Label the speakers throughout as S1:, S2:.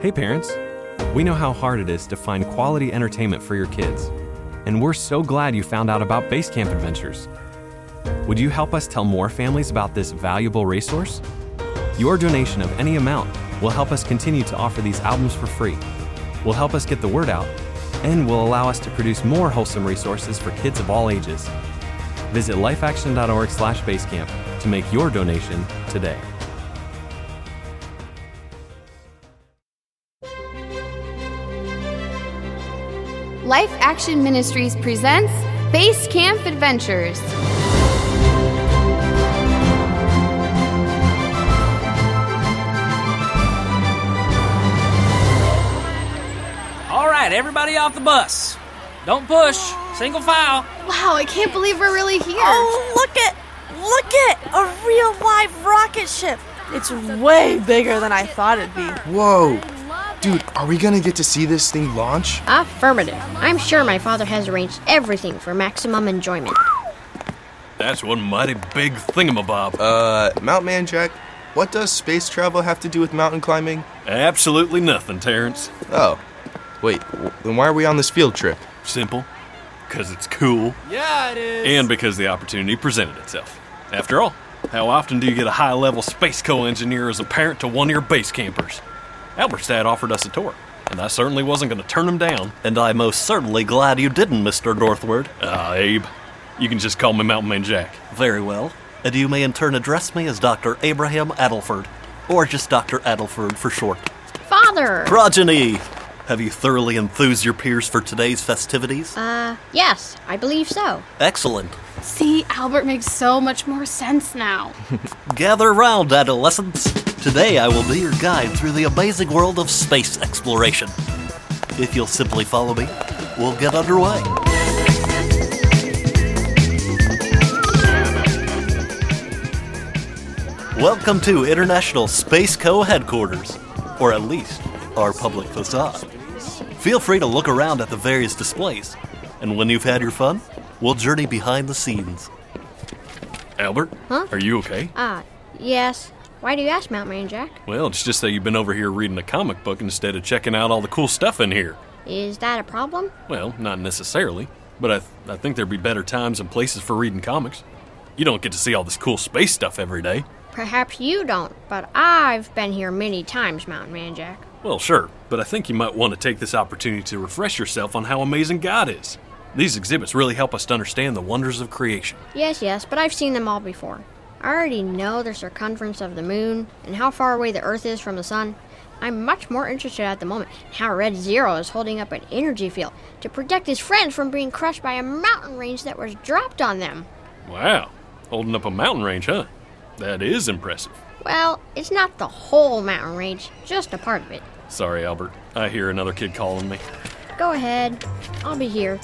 S1: Hey, parents. We know how hard it is to find quality entertainment for your kids, and we're so glad you found out about Basecamp Adventures. Would you help us tell more families about this valuable resource? Your donation of any amount will help us continue to offer these albums for free, will help us get the word out, and will allow us to produce more wholesome resources for kids of all ages. Visit lifeaction.org slash basecamp to make your donation today.
S2: Life Action Ministries presents Base Camp Adventures.
S3: All right, everybody off the bus. Don't push. Single file.
S2: Wow, I can't believe we're really here.
S4: Oh, look at, look at a real live rocket ship. It's way bigger than I thought it'd be.
S5: Whoa! Dude, are we gonna get to see this thing launch?
S6: Affirmative. I'm sure my father has arranged everything for maximum enjoyment.
S7: That's one mighty big thingamabob.
S5: Uh, Mount Man Jack, what does space travel have to do with mountain climbing?
S7: Absolutely nothing, Terrence.
S5: Oh, wait, w- then why are we on this field trip?
S7: Simple, because it's cool,
S3: Yeah, it is.
S7: and because the opportunity presented itself. After all, how often do you get a high level space co engineer as a parent to one of your base campers? Albertstad offered us a tour, and I certainly wasn't going to turn him down.
S8: And I'm most certainly glad you didn't, Mr. Northward.
S7: Ah, Abe, you can just call me Mountain Man Jack.
S8: Very well. And you may in turn address me as Dr. Abraham Adelford, or just Dr. Adelford for short.
S6: Father!
S8: Progeny! Have you thoroughly enthused your peers for today's festivities?
S6: Uh, yes, I believe so.
S8: Excellent.
S9: See, Albert makes so much more sense now.
S8: Gather round, adolescents. Today I will be your guide through the amazing world of space exploration. If you'll simply follow me, we'll get underway. Welcome to International Space Co headquarters, or at least our public facade. Feel free to look around at the various displays, and when you've had your fun, we'll journey behind the scenes.
S7: Albert,
S6: Huh?
S7: are you okay?
S6: Ah, yes. Why do you ask, Mount Man Jack?
S7: Well, it's just that you've been over here reading a comic book instead of checking out all the cool stuff in here.
S6: Is that a problem?
S7: Well, not necessarily, but I, th- I think there'd be better times and places for reading comics. You don't get to see all this cool space stuff every day.
S6: Perhaps you don't, but I've been here many times, Mount Man Jack.
S7: Well, sure, but I think you might want to take this opportunity to refresh yourself on how amazing God is. These exhibits really help us to understand the wonders of creation.
S6: Yes, yes, but I've seen them all before. I already know the circumference of the moon and how far away the earth is from the sun. I'm much more interested at the moment in how Red Zero is holding up an energy field to protect his friends from being crushed by a mountain range that was dropped on them.
S7: Wow, holding up a mountain range, huh? That is impressive.
S6: Well, it's not the whole mountain range, just a part of it.
S7: Sorry, Albert. I hear another kid calling me.
S6: Go ahead, I'll be here.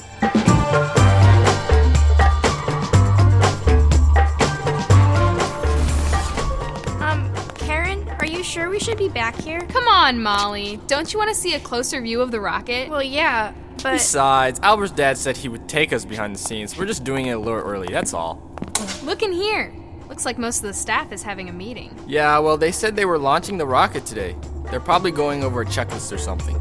S10: Um, Karen, are you sure we should be back here?
S9: Come on, Molly. Don't you want to see a closer view of the rocket?
S10: Well, yeah, but
S11: Besides, Albert's dad said he would take us behind the scenes. We're just doing it a little early, that's all.
S9: Look in here. Looks like most of the staff is having a meeting.
S11: Yeah, well, they said they were launching the rocket today. They're probably going over a checklist or something.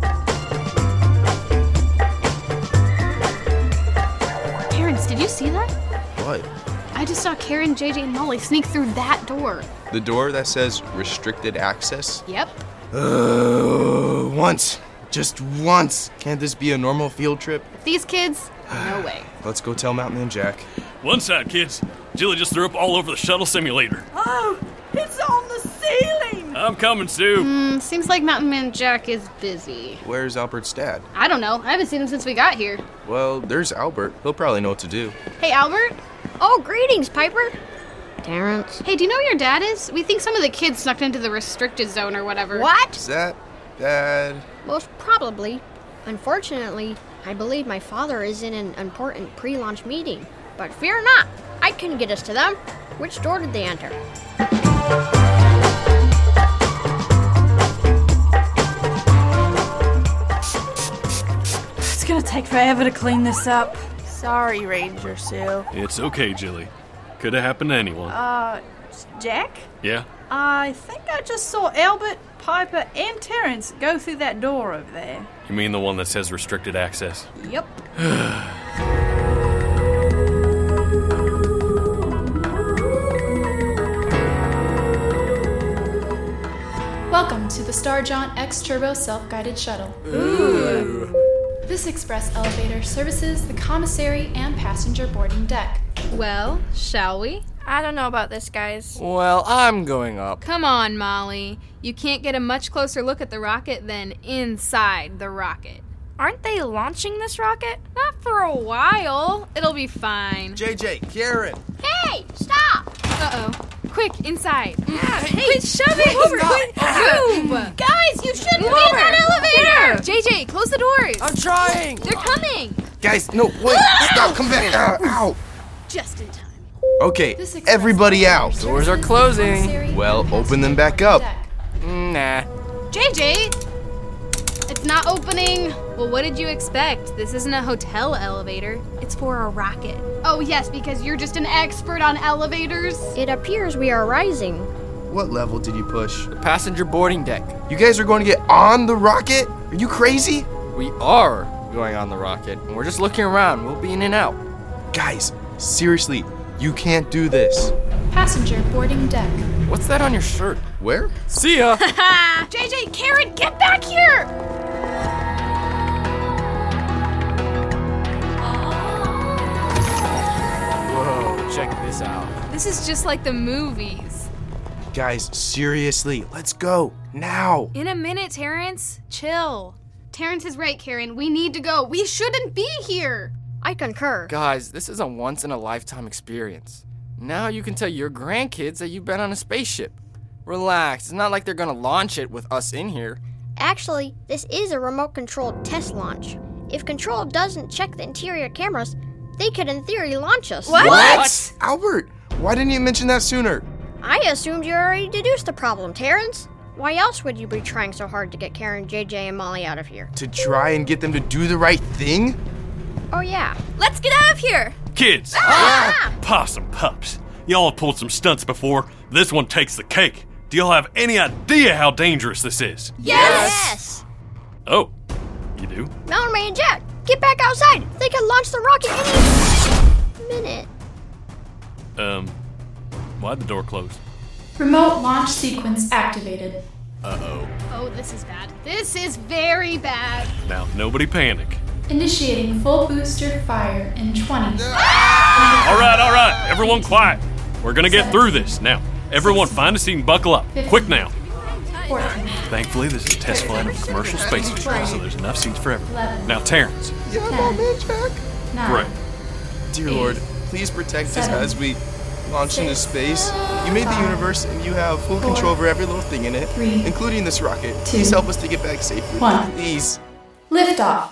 S9: Terrence, did you see that?
S5: What?
S9: I just saw Karen, JJ, and Molly sneak through that door.
S5: The door that says restricted access?
S9: Yep.
S5: Uh, once. Just once. Can't this be a normal field trip?
S9: These kids, no way.
S5: Let's go tell Mountain Man Jack.
S7: One side, kids. Jilly just threw up all over the shuttle simulator.
S4: Oh, it's on the ceiling!
S7: I'm coming, Sue.
S9: Mm, seems like Mountain Man Jack is busy.
S5: Where's Albert's dad?
S9: I don't know. I haven't seen him since we got here.
S5: Well, there's Albert. He'll probably know what to do.
S9: Hey, Albert.
S6: Oh, greetings, Piper! Terrence.
S9: Hey, do you know where your dad is? We think some of the kids snuck into the restricted zone or whatever.
S6: What?
S5: Is that bad?
S6: Most probably. Unfortunately, I believe my father is in an important pre launch meeting. But fear not, I can get us to them. Which door did they enter?
S4: It's gonna take forever to clean this up. Sorry, Ranger Sue. Uh,
S7: It's okay, Jilly. Could have happened to anyone.
S4: Jack?
S7: yeah?
S4: I think I just saw Albert
S12: Piper, and Terrence go through that door over there.
S7: You mean the one that says restricted access?
S12: Yep.
S13: Welcome to the Starjaunt X Turbo Self Guided Shuttle. This express elevator services the commissary and passenger boarding deck.
S9: Well, shall we?
S10: I don't know about this, guys.
S11: Well, I'm going up.
S9: Come on, Molly. You can't get a much closer look at the rocket than inside the rocket.
S10: Aren't they launching this rocket?
S9: Not for a while. It'll be fine.
S5: JJ, Karen.
S9: Hey, stop! Uh oh. Quick, inside.
S2: hey,
S9: Uh, quit shoving
S2: Quick,
S9: over.
S2: stop.
S9: Quit. Move. Guys, you shouldn't be in that elevator. JJ, close the doors.
S6: Oh,
S5: I'm trying.
S9: They're coming.
S5: Guys, no, wait, stop, come back. Ah, ow.
S13: Just in time.
S5: Okay, everybody out.
S11: Doors are closing. Mm,
S5: Well, open them back up.
S11: Nah.
S9: JJ, it's not opening. Well, what did you expect? This isn't a hotel elevator. It's for a rocket.
S2: Oh, yes, because you're just an expert on elevators.
S6: It appears we are rising.
S5: What level did you push? The
S11: passenger boarding deck.
S5: You guys are going to get on the rocket? Are you crazy?
S11: We are going on the rocket, and we're just looking around. We'll be in and out.
S5: Guys, seriously, you can't do this.
S13: Passenger boarding deck.
S11: What's that on your shirt?
S5: Where?
S11: See ya.
S2: JJ, Karen, get back here!
S11: Whoa, check this out.
S9: This is just like the movies.
S5: Guys, seriously, let's go now.
S9: In a minute, Terrence. Chill.
S2: Terrence is right, Karen. We need to go. We shouldn't be here.
S6: I concur.
S11: Guys, this is a once in a lifetime experience. Now you can tell your grandkids that you've been on a spaceship. Relax, it's not like they're gonna launch it with us in here.
S6: Actually, this is a remote controlled test launch. If Control doesn't check the interior cameras, they could, in theory, launch us.
S5: Albert, why didn't you mention that sooner?
S6: I assumed you already deduced the problem, Terrence. Why else would you be trying so hard to get Karen, JJ, and Molly out of here?
S5: To try and get them to do the right thing?
S6: Oh, yeah. Ah!
S10: Let's get out of here. Ah!
S7: Kids, pops and pups, y'all have pulled some stunts before. This one takes the cake. Do y'all have any idea how dangerous this is?
S6: Yes!
S7: Oh, you do?
S6: Mountain Man Jack, get back outside! They can launch the rocket any minute.
S7: Um, why'd the door close?
S13: Remote launch sequence activated.
S7: Uh oh.
S2: Oh, this is bad. This is very bad.
S7: Now, nobody panic.
S13: Initiating full booster fire in 20.
S7: All right, all right, everyone quiet. We're gonna get through this. Now, everyone find a seat and buckle up. Quick now.
S13: 14.
S7: Thankfully, this is a test flight of commercial space control, so there's enough seats for everyone.
S13: Eleven.
S7: Now, Terrence.
S5: Yeah, my man, Jack.
S13: Nine.
S7: Great.
S5: Dear Lord, please protect
S13: seven,
S5: us as we launch into space. You made the universe and you have full control over every little thing in it,
S13: three,
S5: including this rocket.
S13: two,
S5: please help us to get back safely.
S13: one.
S5: Please.
S13: Liftoff.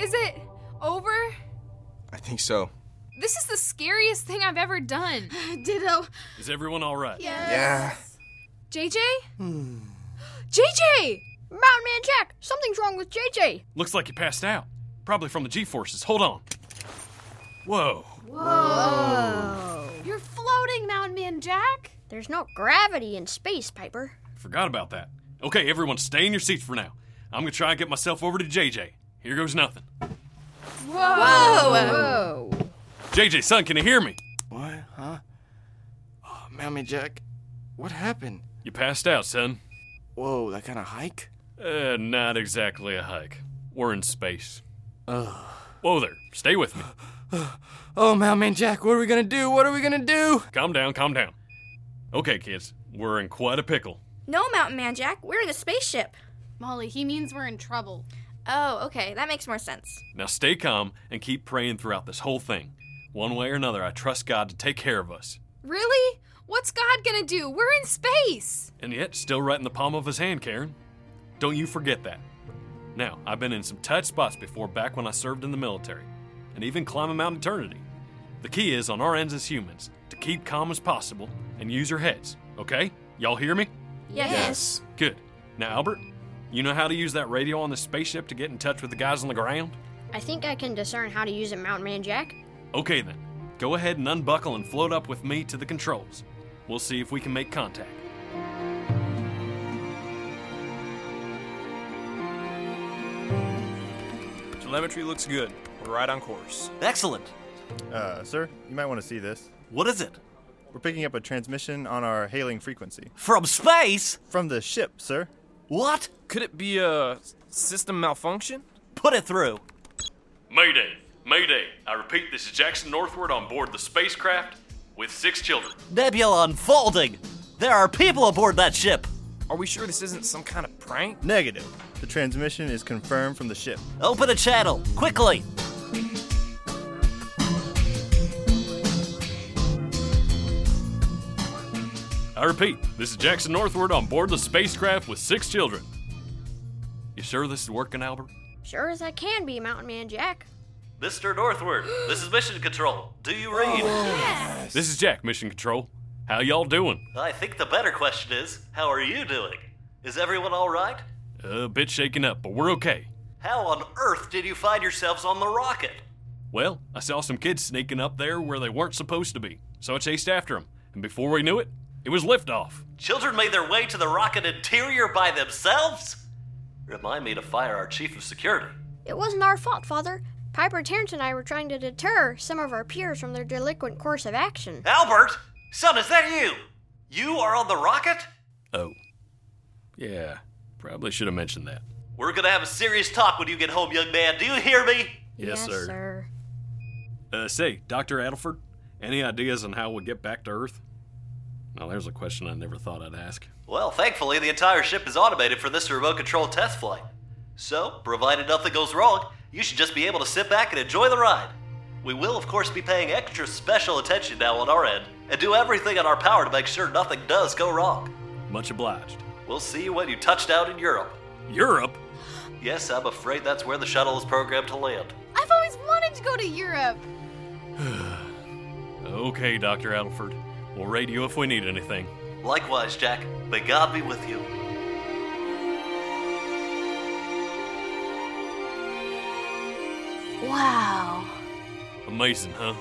S9: Is it over?
S5: I think so.
S9: This is the scariest thing I've ever done. Ditto.
S7: Is everyone all right?
S5: Yeah.
S9: JJ? JJ!
S6: Mountain Man Jack, something's wrong with JJ.
S7: Looks like you passed out. Probably from the G forces. Hold on. Whoa.
S9: You're floating, Mountain Man Jack.
S6: There's no gravity in space, Piper.
S7: Forgot about that. Okay, everyone, stay in your seats for now. I'm gonna try and get myself over to JJ. Here goes nothing.
S6: Whoa! Whoa!
S7: JJ, son, can you hear me?
S11: What, huh? Oh, Mammy Jack, what happened?
S7: You passed out, son.
S11: Whoa, that kind of hike?
S7: Uh, not exactly a hike. We're in space. Whoa there. Stay with me.
S11: Oh, Mailman Jack, what are we gonna do? What are we gonna do?
S7: Calm down, calm down. Okay, kids, we're in quite a pickle.
S10: No, Mountain Man Jack, we're in a spaceship.
S2: Molly, he means we're in trouble.
S10: Oh, okay, that makes more sense.
S7: Now stay calm and keep praying throughout this whole thing. One way or another, I trust God to take care of us.
S9: Really? What's God gonna do? We're in space.
S7: And yet, still right in the palm of his hand, Karen. Don't you forget that. Now, I've been in some tight spots before back when I served in the military, and even climbing Mount Eternity. The key is, on our ends as humans, to keep calm as possible and use your heads, okay? Y'all hear me?
S10: Yes.
S7: Good. Now, Albert, you know how to use that radio on the spaceship to get in touch with the guys on the ground?
S6: I think I can discern how to use it, Mountain Man Jack.
S7: Okay then, go ahead and unbuckle and float up with me to the controls. We'll see if we can make contact.
S14: Telemetry looks good. We're right on course.
S8: Excellent.
S15: Uh, sir, you might want to see this.
S8: What is it?
S15: We're picking up a transmission on our hailing frequency.
S8: From space?
S15: From the ship, sir.
S8: What?
S11: Could it be a system malfunction?
S8: Put it through.
S7: Mayday, Mayday. I repeat, this is Jackson Northward on board the spacecraft with six children.
S8: Nebula unfolding. There are people aboard that ship.
S11: Are we sure this isn't some kind of prank?
S15: Negative. The transmission is confirmed from the ship.
S8: Open a channel, quickly.
S7: I repeat, this is Jackson Northward on board the spacecraft with six children. You sure this is working, Albert?
S6: Sure as I can be, Mountain Man Jack.
S8: Mr. Northward, this is Mission Control. Do you read?
S7: This is Jack, Mission Control. How y'all doing?
S8: I think the better question is how are you doing? Is everyone all right?
S7: A bit shaken up, but we're okay.
S8: How on earth did you find yourselves on the rocket?
S7: Well, I saw some kids sneaking up there where they weren't supposed to be, so I chased after them, and before we knew it, it was liftoff.
S8: Children made their way to the rocket interior by themselves? Remind me to fire our chief of security.
S6: It wasn't our fault, Father. Piper Terrence and I were trying to deter some of our peers from their delinquent course of action.
S8: Albert! Son, is that you? You are on the rocket?
S7: Oh. Yeah, probably should have mentioned that.
S8: We're gonna have a serious talk when you get home, young man. Do you hear me?
S7: Yes, Yes, sir. Uh, say, Dr. Adelford, any ideas on how we get back to Earth? Now, there's a question I never thought I'd ask.
S8: Well, thankfully, the entire ship is automated for this remote control test flight. So, provided nothing goes wrong, you should just be able to sit back and enjoy the ride. We will, of course, be paying extra special attention now on our end and do everything in our power to make sure nothing does go wrong.
S7: Much obliged.
S8: We'll see you when you touch down in Europe.
S7: Europe?
S8: Yes, I'm afraid that's where the shuttle is programmed to land.
S2: I've always wanted to go to Europe.
S7: Okay, Dr. Adelford. We'll rate you if we need anything.
S8: Likewise, Jack, may God be with you.
S9: Wow.
S7: Amazing, huh?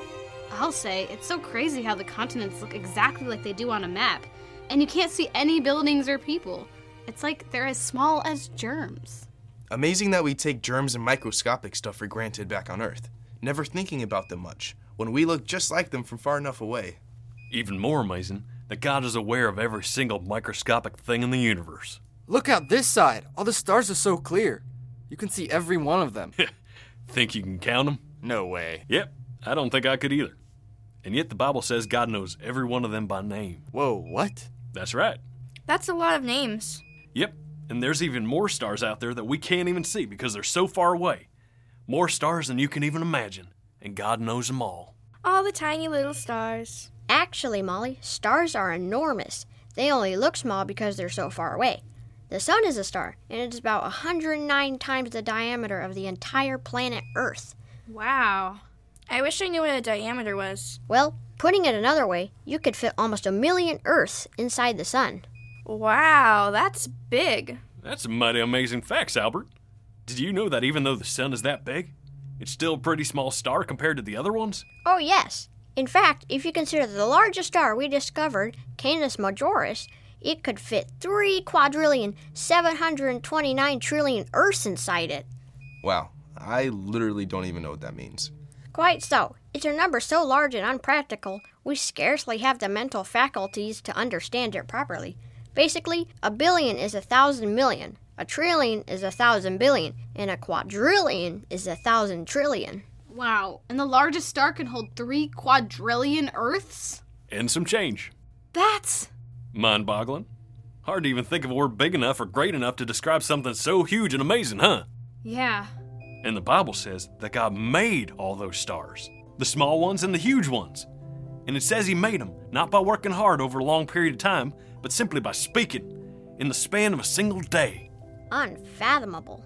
S9: I'll say, it's so crazy how the continents look exactly like they do on a map, and you can't see any buildings or people. It's like they're as small as germs.
S5: Amazing that we take germs and microscopic stuff for granted back on Earth, never thinking about them much, when we look just like them from far enough away.
S7: Even more amazing that God is aware of every single microscopic thing in the universe.
S11: Look out this side. All the stars are so clear. You can see every one of them.
S7: Think you can count them?
S11: No way.
S7: Yep, I don't think I could either. And yet the Bible says God knows every one of them by name.
S11: Whoa, what?
S7: That's right.
S10: That's a lot of names.
S7: Yep, and there's even more stars out there that we can't even see because they're so far away. More stars than you can even imagine, and God knows them all.
S10: All the tiny little stars.
S6: Actually, Molly, stars are enormous. They only look small because they're so far away. The sun is a star, and it's about 109 times the diameter of the entire planet Earth.
S10: Wow. I wish I knew what a diameter was.
S6: Well, putting it another way, you could fit almost a million Earths inside the sun.
S10: Wow, that's big.
S7: That's some mighty amazing facts, Albert. Did you know that even though the sun is that big, it's still a pretty small star compared to the other ones?
S6: Oh, yes. In fact, if you consider the largest star we discovered, Canis Majoris, it could fit 3 quadrillion 729 trillion Earths inside it.
S5: Wow, I literally don't even know what that means.
S6: Quite so. It's a number so large and unpractical, we scarcely have the mental faculties to understand it properly. Basically, a billion is a thousand million, a trillion is a thousand billion, and a quadrillion is a thousand trillion.
S9: Wow, and the largest star can hold three quadrillion Earths?
S7: And some change.
S9: That's.
S7: Mind boggling. Hard to even think of a word big enough or great enough to describe something so huge and amazing, huh?
S9: Yeah.
S7: And the Bible says that God made all those stars the small ones and the huge ones. And it says He made them not by working hard over a long period of time, but simply by speaking in the span of a single day.
S6: Unfathomable.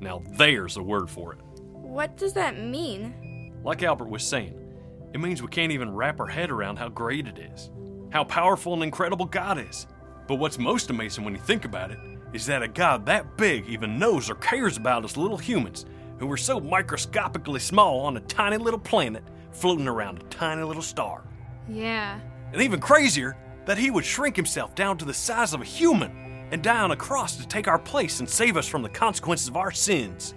S7: Now there's a word for it.
S10: What does that mean?
S7: Like Albert was saying, it means we can't even wrap our head around how great it is, how powerful and incredible God is. But what's most amazing when you think about it is that a God that big even knows or cares about us little humans who are so microscopically small on a tiny little planet floating around a tiny little star.
S9: Yeah.
S7: And even crazier, that he would shrink himself down to the size of a human and die on a cross to take our place and save us from the consequences of our sins.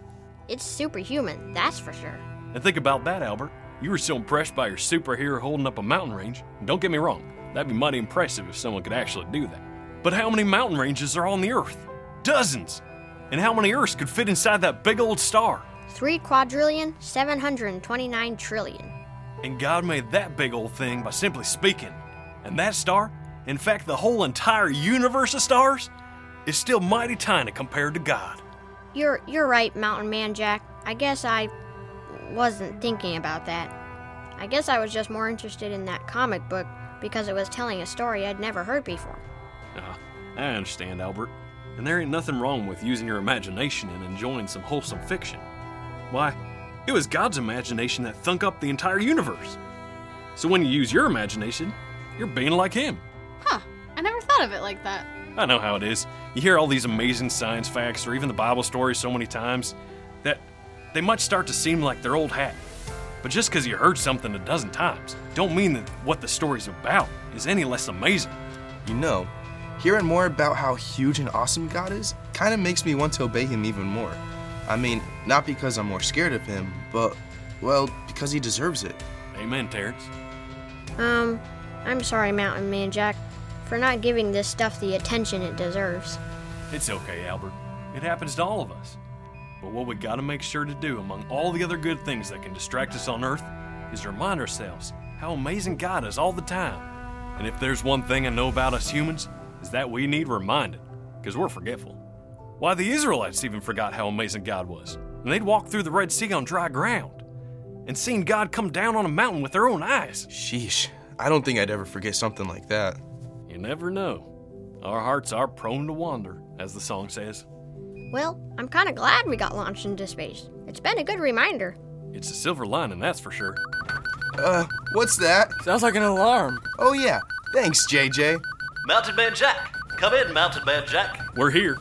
S6: It's superhuman, that's for sure.
S7: And think about that, Albert. You were so impressed by your superhero holding up a mountain range. Don't get me wrong, that'd be mighty impressive if someone could actually do that. But how many mountain ranges are on the Earth? Dozens! And how many Earths could fit inside that big old star?
S6: Three quadrillion, seven hundred and twenty-nine trillion.
S7: And God made that big old thing by simply speaking. And that star, in fact, the whole entire universe of stars, is still mighty tiny compared to God.
S6: You're you're right, Mountain Man Jack. I guess I wasn't thinking about that. I guess I was just more interested in that comic book because it was telling a story I'd never heard before.
S7: Ah, I understand, Albert. And there ain't nothing wrong with using your imagination and enjoying some wholesome fiction. Why, it was God's imagination that thunk up the entire universe. So when you use your imagination, you're being like Him.
S9: Huh. I never thought of it like that.
S7: I know how it is. You hear all these amazing science facts or even the Bible stories so many times that they might start to seem like they're old hat. But just because you heard something a dozen times, don't mean that what the story's about is any less amazing.
S5: You know, hearing more about how huge and awesome God is kind of makes me want to obey him even more. I mean, not because I'm more scared of him, but, well, because he deserves it.
S7: Amen, Terrence.
S6: Um, I'm sorry, Mountain Man Jack, for not giving this stuff the attention it deserves.
S7: It's okay, Albert. It happens to all of us. But what we gotta make sure to do, among all the other good things that can distract us on Earth, is remind ourselves how amazing God is all the time. And if there's one thing I know about us humans, is that we need reminded, because we're forgetful. Why, the Israelites even forgot how amazing God was, and they'd walked through the Red Sea on dry ground, and seen God come down on a mountain with their own eyes.
S5: Sheesh, I don't think I'd ever forget something like that.
S7: You never know. Our hearts are prone to wander, as the song says.
S6: Well, I'm kind of glad we got launched into space. It's been a good reminder.
S7: It's a silver lining, that's for sure.
S5: Uh, what's that?
S11: Sounds like an alarm.
S5: Oh, yeah. Thanks, JJ.
S16: Mounted Man Jack! Come in, Mounted Man Jack!
S7: We're here.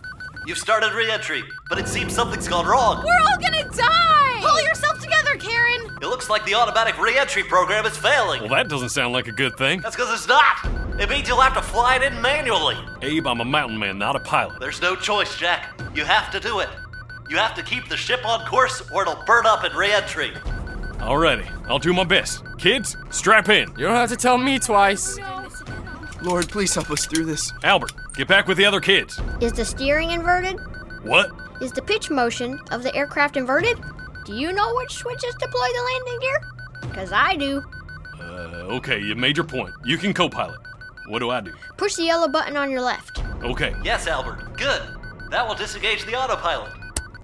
S16: You've started re entry, but it seems something's gone wrong.
S9: We're all gonna die! Pull yourself together, Karen!
S16: It looks like the automatic re entry program is failing.
S7: Well, that doesn't sound like a good thing.
S16: That's because it's not! It means you'll have to fly it in manually.
S7: Abe, I'm a mountain man, not a pilot.
S16: There's no choice, Jack. You have to do it. You have to keep the ship on course, or it'll burn up in re entry.
S7: Alrighty, I'll do my best. Kids, strap in.
S11: You don't have to tell me twice.
S5: Lord, please help us through this.
S7: Albert, get back with the other kids.
S6: Is the steering inverted?
S7: What?
S6: Is the pitch motion of the aircraft inverted? Do you know which switches deploy the landing gear? Because I do.
S7: Uh, okay, you made your point. You can co pilot. What do I do?
S6: Push the yellow button on your left.
S7: Okay.
S16: Yes, Albert. Good. That will disengage the autopilot.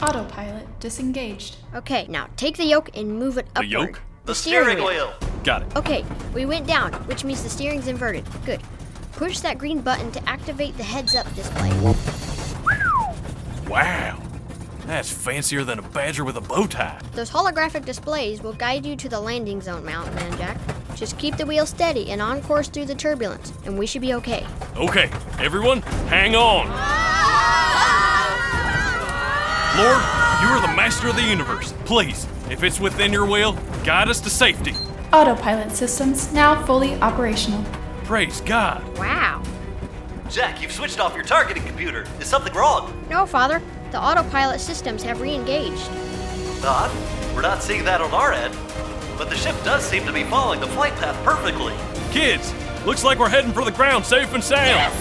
S13: Autopilot disengaged.
S6: Okay, now take the yoke and move it
S7: The
S6: upward.
S7: yoke?
S16: The steering wheel.
S7: Got it.
S6: Okay, we went down, which means the steering's inverted. Good. Push that green button to activate the heads up display.
S7: Wow. That's fancier than a badger with a bow tie.
S6: Those holographic displays will guide you to the landing zone, Mountain Man Jack. Just keep the wheel steady and on course through the turbulence, and we should be okay.
S7: Okay, everyone, hang on. Lord, you are the master of the universe. Please, if it's within your will, guide us to safety.
S13: Autopilot systems now fully operational.
S7: Praise God.
S6: Wow.
S16: Jack, you've switched off your targeting computer. Is something wrong?
S6: No, Father, the autopilot systems have re engaged.
S16: Not. We're not seeing that on our end. But the ship does seem to be following the flight path perfectly.
S7: Kids, looks like we're heading for the ground safe and sound.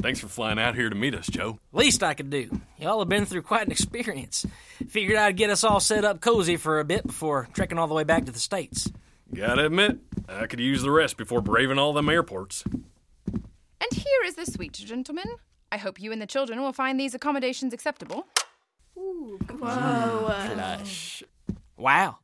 S7: Thanks for flying out here to meet us, Joe.
S17: Least I could do. Y'all have been through quite an experience. Figured I'd get us all set up cozy for a bit before trekking all the way back to the States.
S7: Gotta admit, I could use the rest before braving all them airports.
S18: And here is the suite, gentlemen. I hope you and the children will find these accommodations acceptable. Ooh,
S7: Flush. Wow.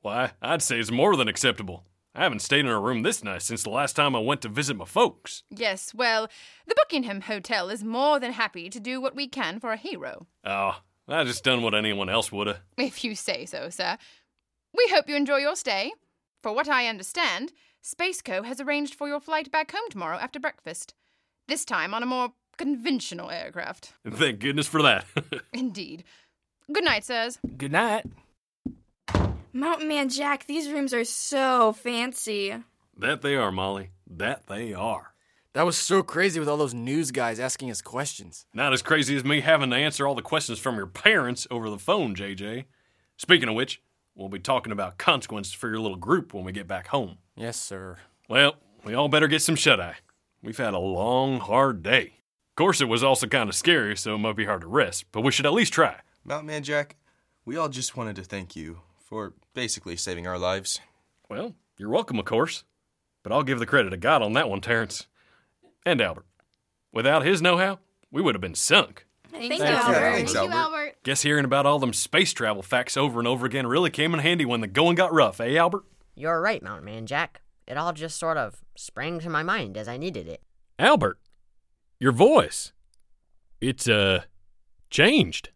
S7: Why, I'd say it's more than acceptable. I haven't stayed in a room this nice since the last time I went to visit my folks.
S18: Yes, well, the Buckingham Hotel is more than happy to do what we can for a hero.
S7: Oh, I just done what anyone else woulda.
S18: If you say so, sir. We hope you enjoy your stay. For what I understand, Spaceco has arranged for your flight back home tomorrow after breakfast. This time on a more conventional aircraft.
S7: Thank goodness for that.
S18: Indeed. Good night, sirs.
S17: Good night.
S10: Mountain Man Jack, these rooms are so fancy.
S7: that they are, Molly. That they are.
S11: That was so crazy with all those news guys asking us questions.
S7: Not as crazy as me having to answer all the questions from your parents over the phone, JJ. Speaking of which, we'll be talking about consequences for your little group when we get back home.
S11: Yes, sir.
S7: Well, we all better get some shut eye. We've had a long, hard day. Of course, it was also kind of scary, so it might be hard to rest, but we should at least try.
S5: Mountain Man Jack, we all just wanted to thank you for basically saving our lives.
S7: Well, you're welcome, of course. But I'll give the credit to God on that one, Terrence. And Albert. Without his know how, we would have been sunk.
S10: Thank,
S7: you,
S10: you,
S7: Albert.
S10: Albert.
S7: Thanks, Albert.
S10: Albert.
S7: Guess hearing about all them space travel facts over and over again really came in handy when the going got rough, eh, Albert?
S19: You're right, Mountain Man Jack. It all just sort of sprang to my mind as I needed it.
S7: Albert, your voice. It's, uh, changed.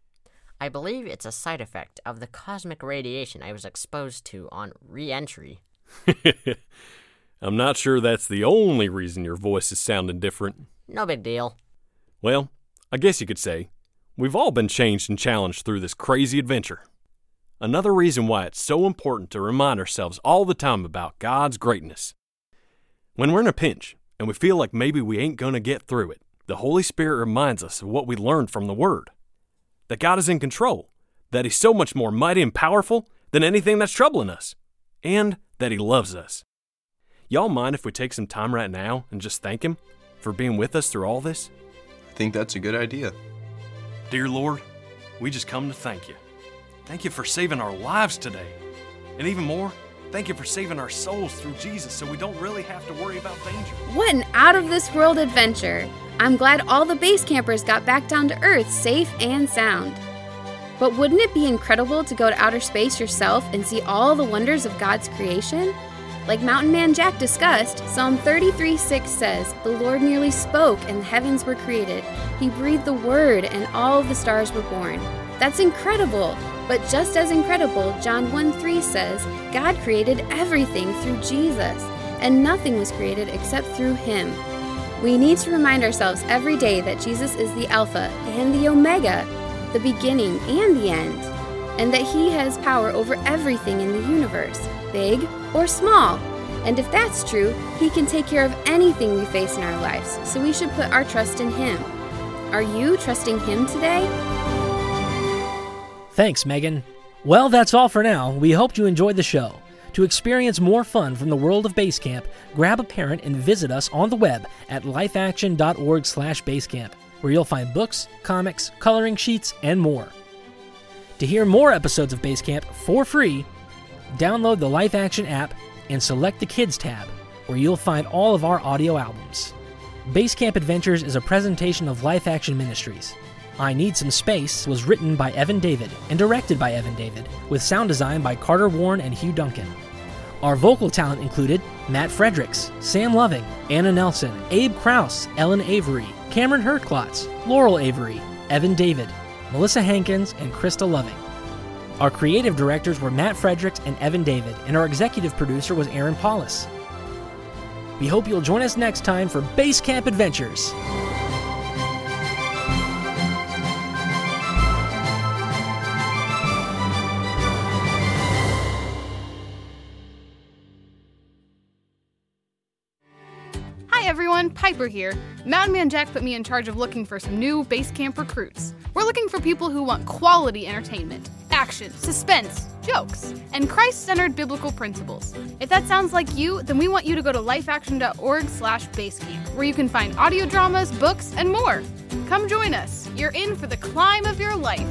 S19: I believe it's a side effect of the cosmic radiation I was exposed to on re entry.
S7: I'm not sure that's the only reason your voice is sounding different.
S19: No big deal.
S7: Well, I guess you could say we've all been changed and challenged through this crazy adventure. Another reason why it's so important to remind ourselves all the time about God's greatness. When we're in a pinch and we feel like maybe we ain't going to get through it, the Holy Spirit reminds us of what we learned from the Word that God is in control, that He's so much more mighty and powerful than anything that's troubling us, and that He loves us. Y'all mind if we take some time right now and just thank Him for being with us through all this?
S5: I think that's a good idea.
S7: Dear Lord, we just come to thank you. Thank you for saving our lives today. And even more, thank you for saving our souls through Jesus so we don't really have to worry about danger.
S9: What an out of this world adventure! I'm glad all the base campers got back down to Earth safe and sound. But wouldn't it be incredible to go to outer space yourself and see all the wonders of God's creation? Like Mountain Man Jack discussed, Psalm 33 6 says, The Lord merely spoke and the heavens were created. He breathed the word and all the stars were born. That's incredible! But just as incredible, John 1 3 says, God created everything through Jesus, and nothing was created except through him. We need to remind ourselves every day that Jesus is the Alpha and the Omega, the beginning and the end, and that He has power over everything in the universe, big or small. And if that's true, He can take care of anything we face in our lives, so we should put our trust in Him. Are you trusting Him today?
S20: Thanks, Megan. Well, that's all for now. We hope you enjoyed the show. To experience more fun from the world of Basecamp, grab a parent and visit us on the web at lifeaction.org slash basecamp, where you'll find books, comics, coloring sheets, and more. To hear more episodes of Basecamp for free, download the Life Action app and select the Kids tab, where you'll find all of our audio albums. Basecamp Adventures is a presentation of Life Action Ministries. I Need Some Space was written by Evan David and directed by Evan David, with sound design by Carter Warren and Hugh Duncan. Our vocal talent included Matt Fredericks, Sam Loving, Anna Nelson, Abe Kraus, Ellen Avery, Cameron Herklotz, Laurel Avery, Evan David, Melissa Hankins, and Krista Loving. Our creative directors were Matt Fredericks and Evan David, and our executive producer was Aaron Paulus. We hope you'll join us next time for Basecamp Adventures.
S18: Hi everyone, Piper here. Mountain Man Jack put me in charge of looking for some new base camp recruits. We're looking for people who want quality entertainment, action, suspense, jokes, and Christ-centered biblical principles. If that sounds like you, then we want you to go to lifeaction.org slash basecamp, where you can find audio dramas, books, and more. Come join us. You're in for the climb of your life.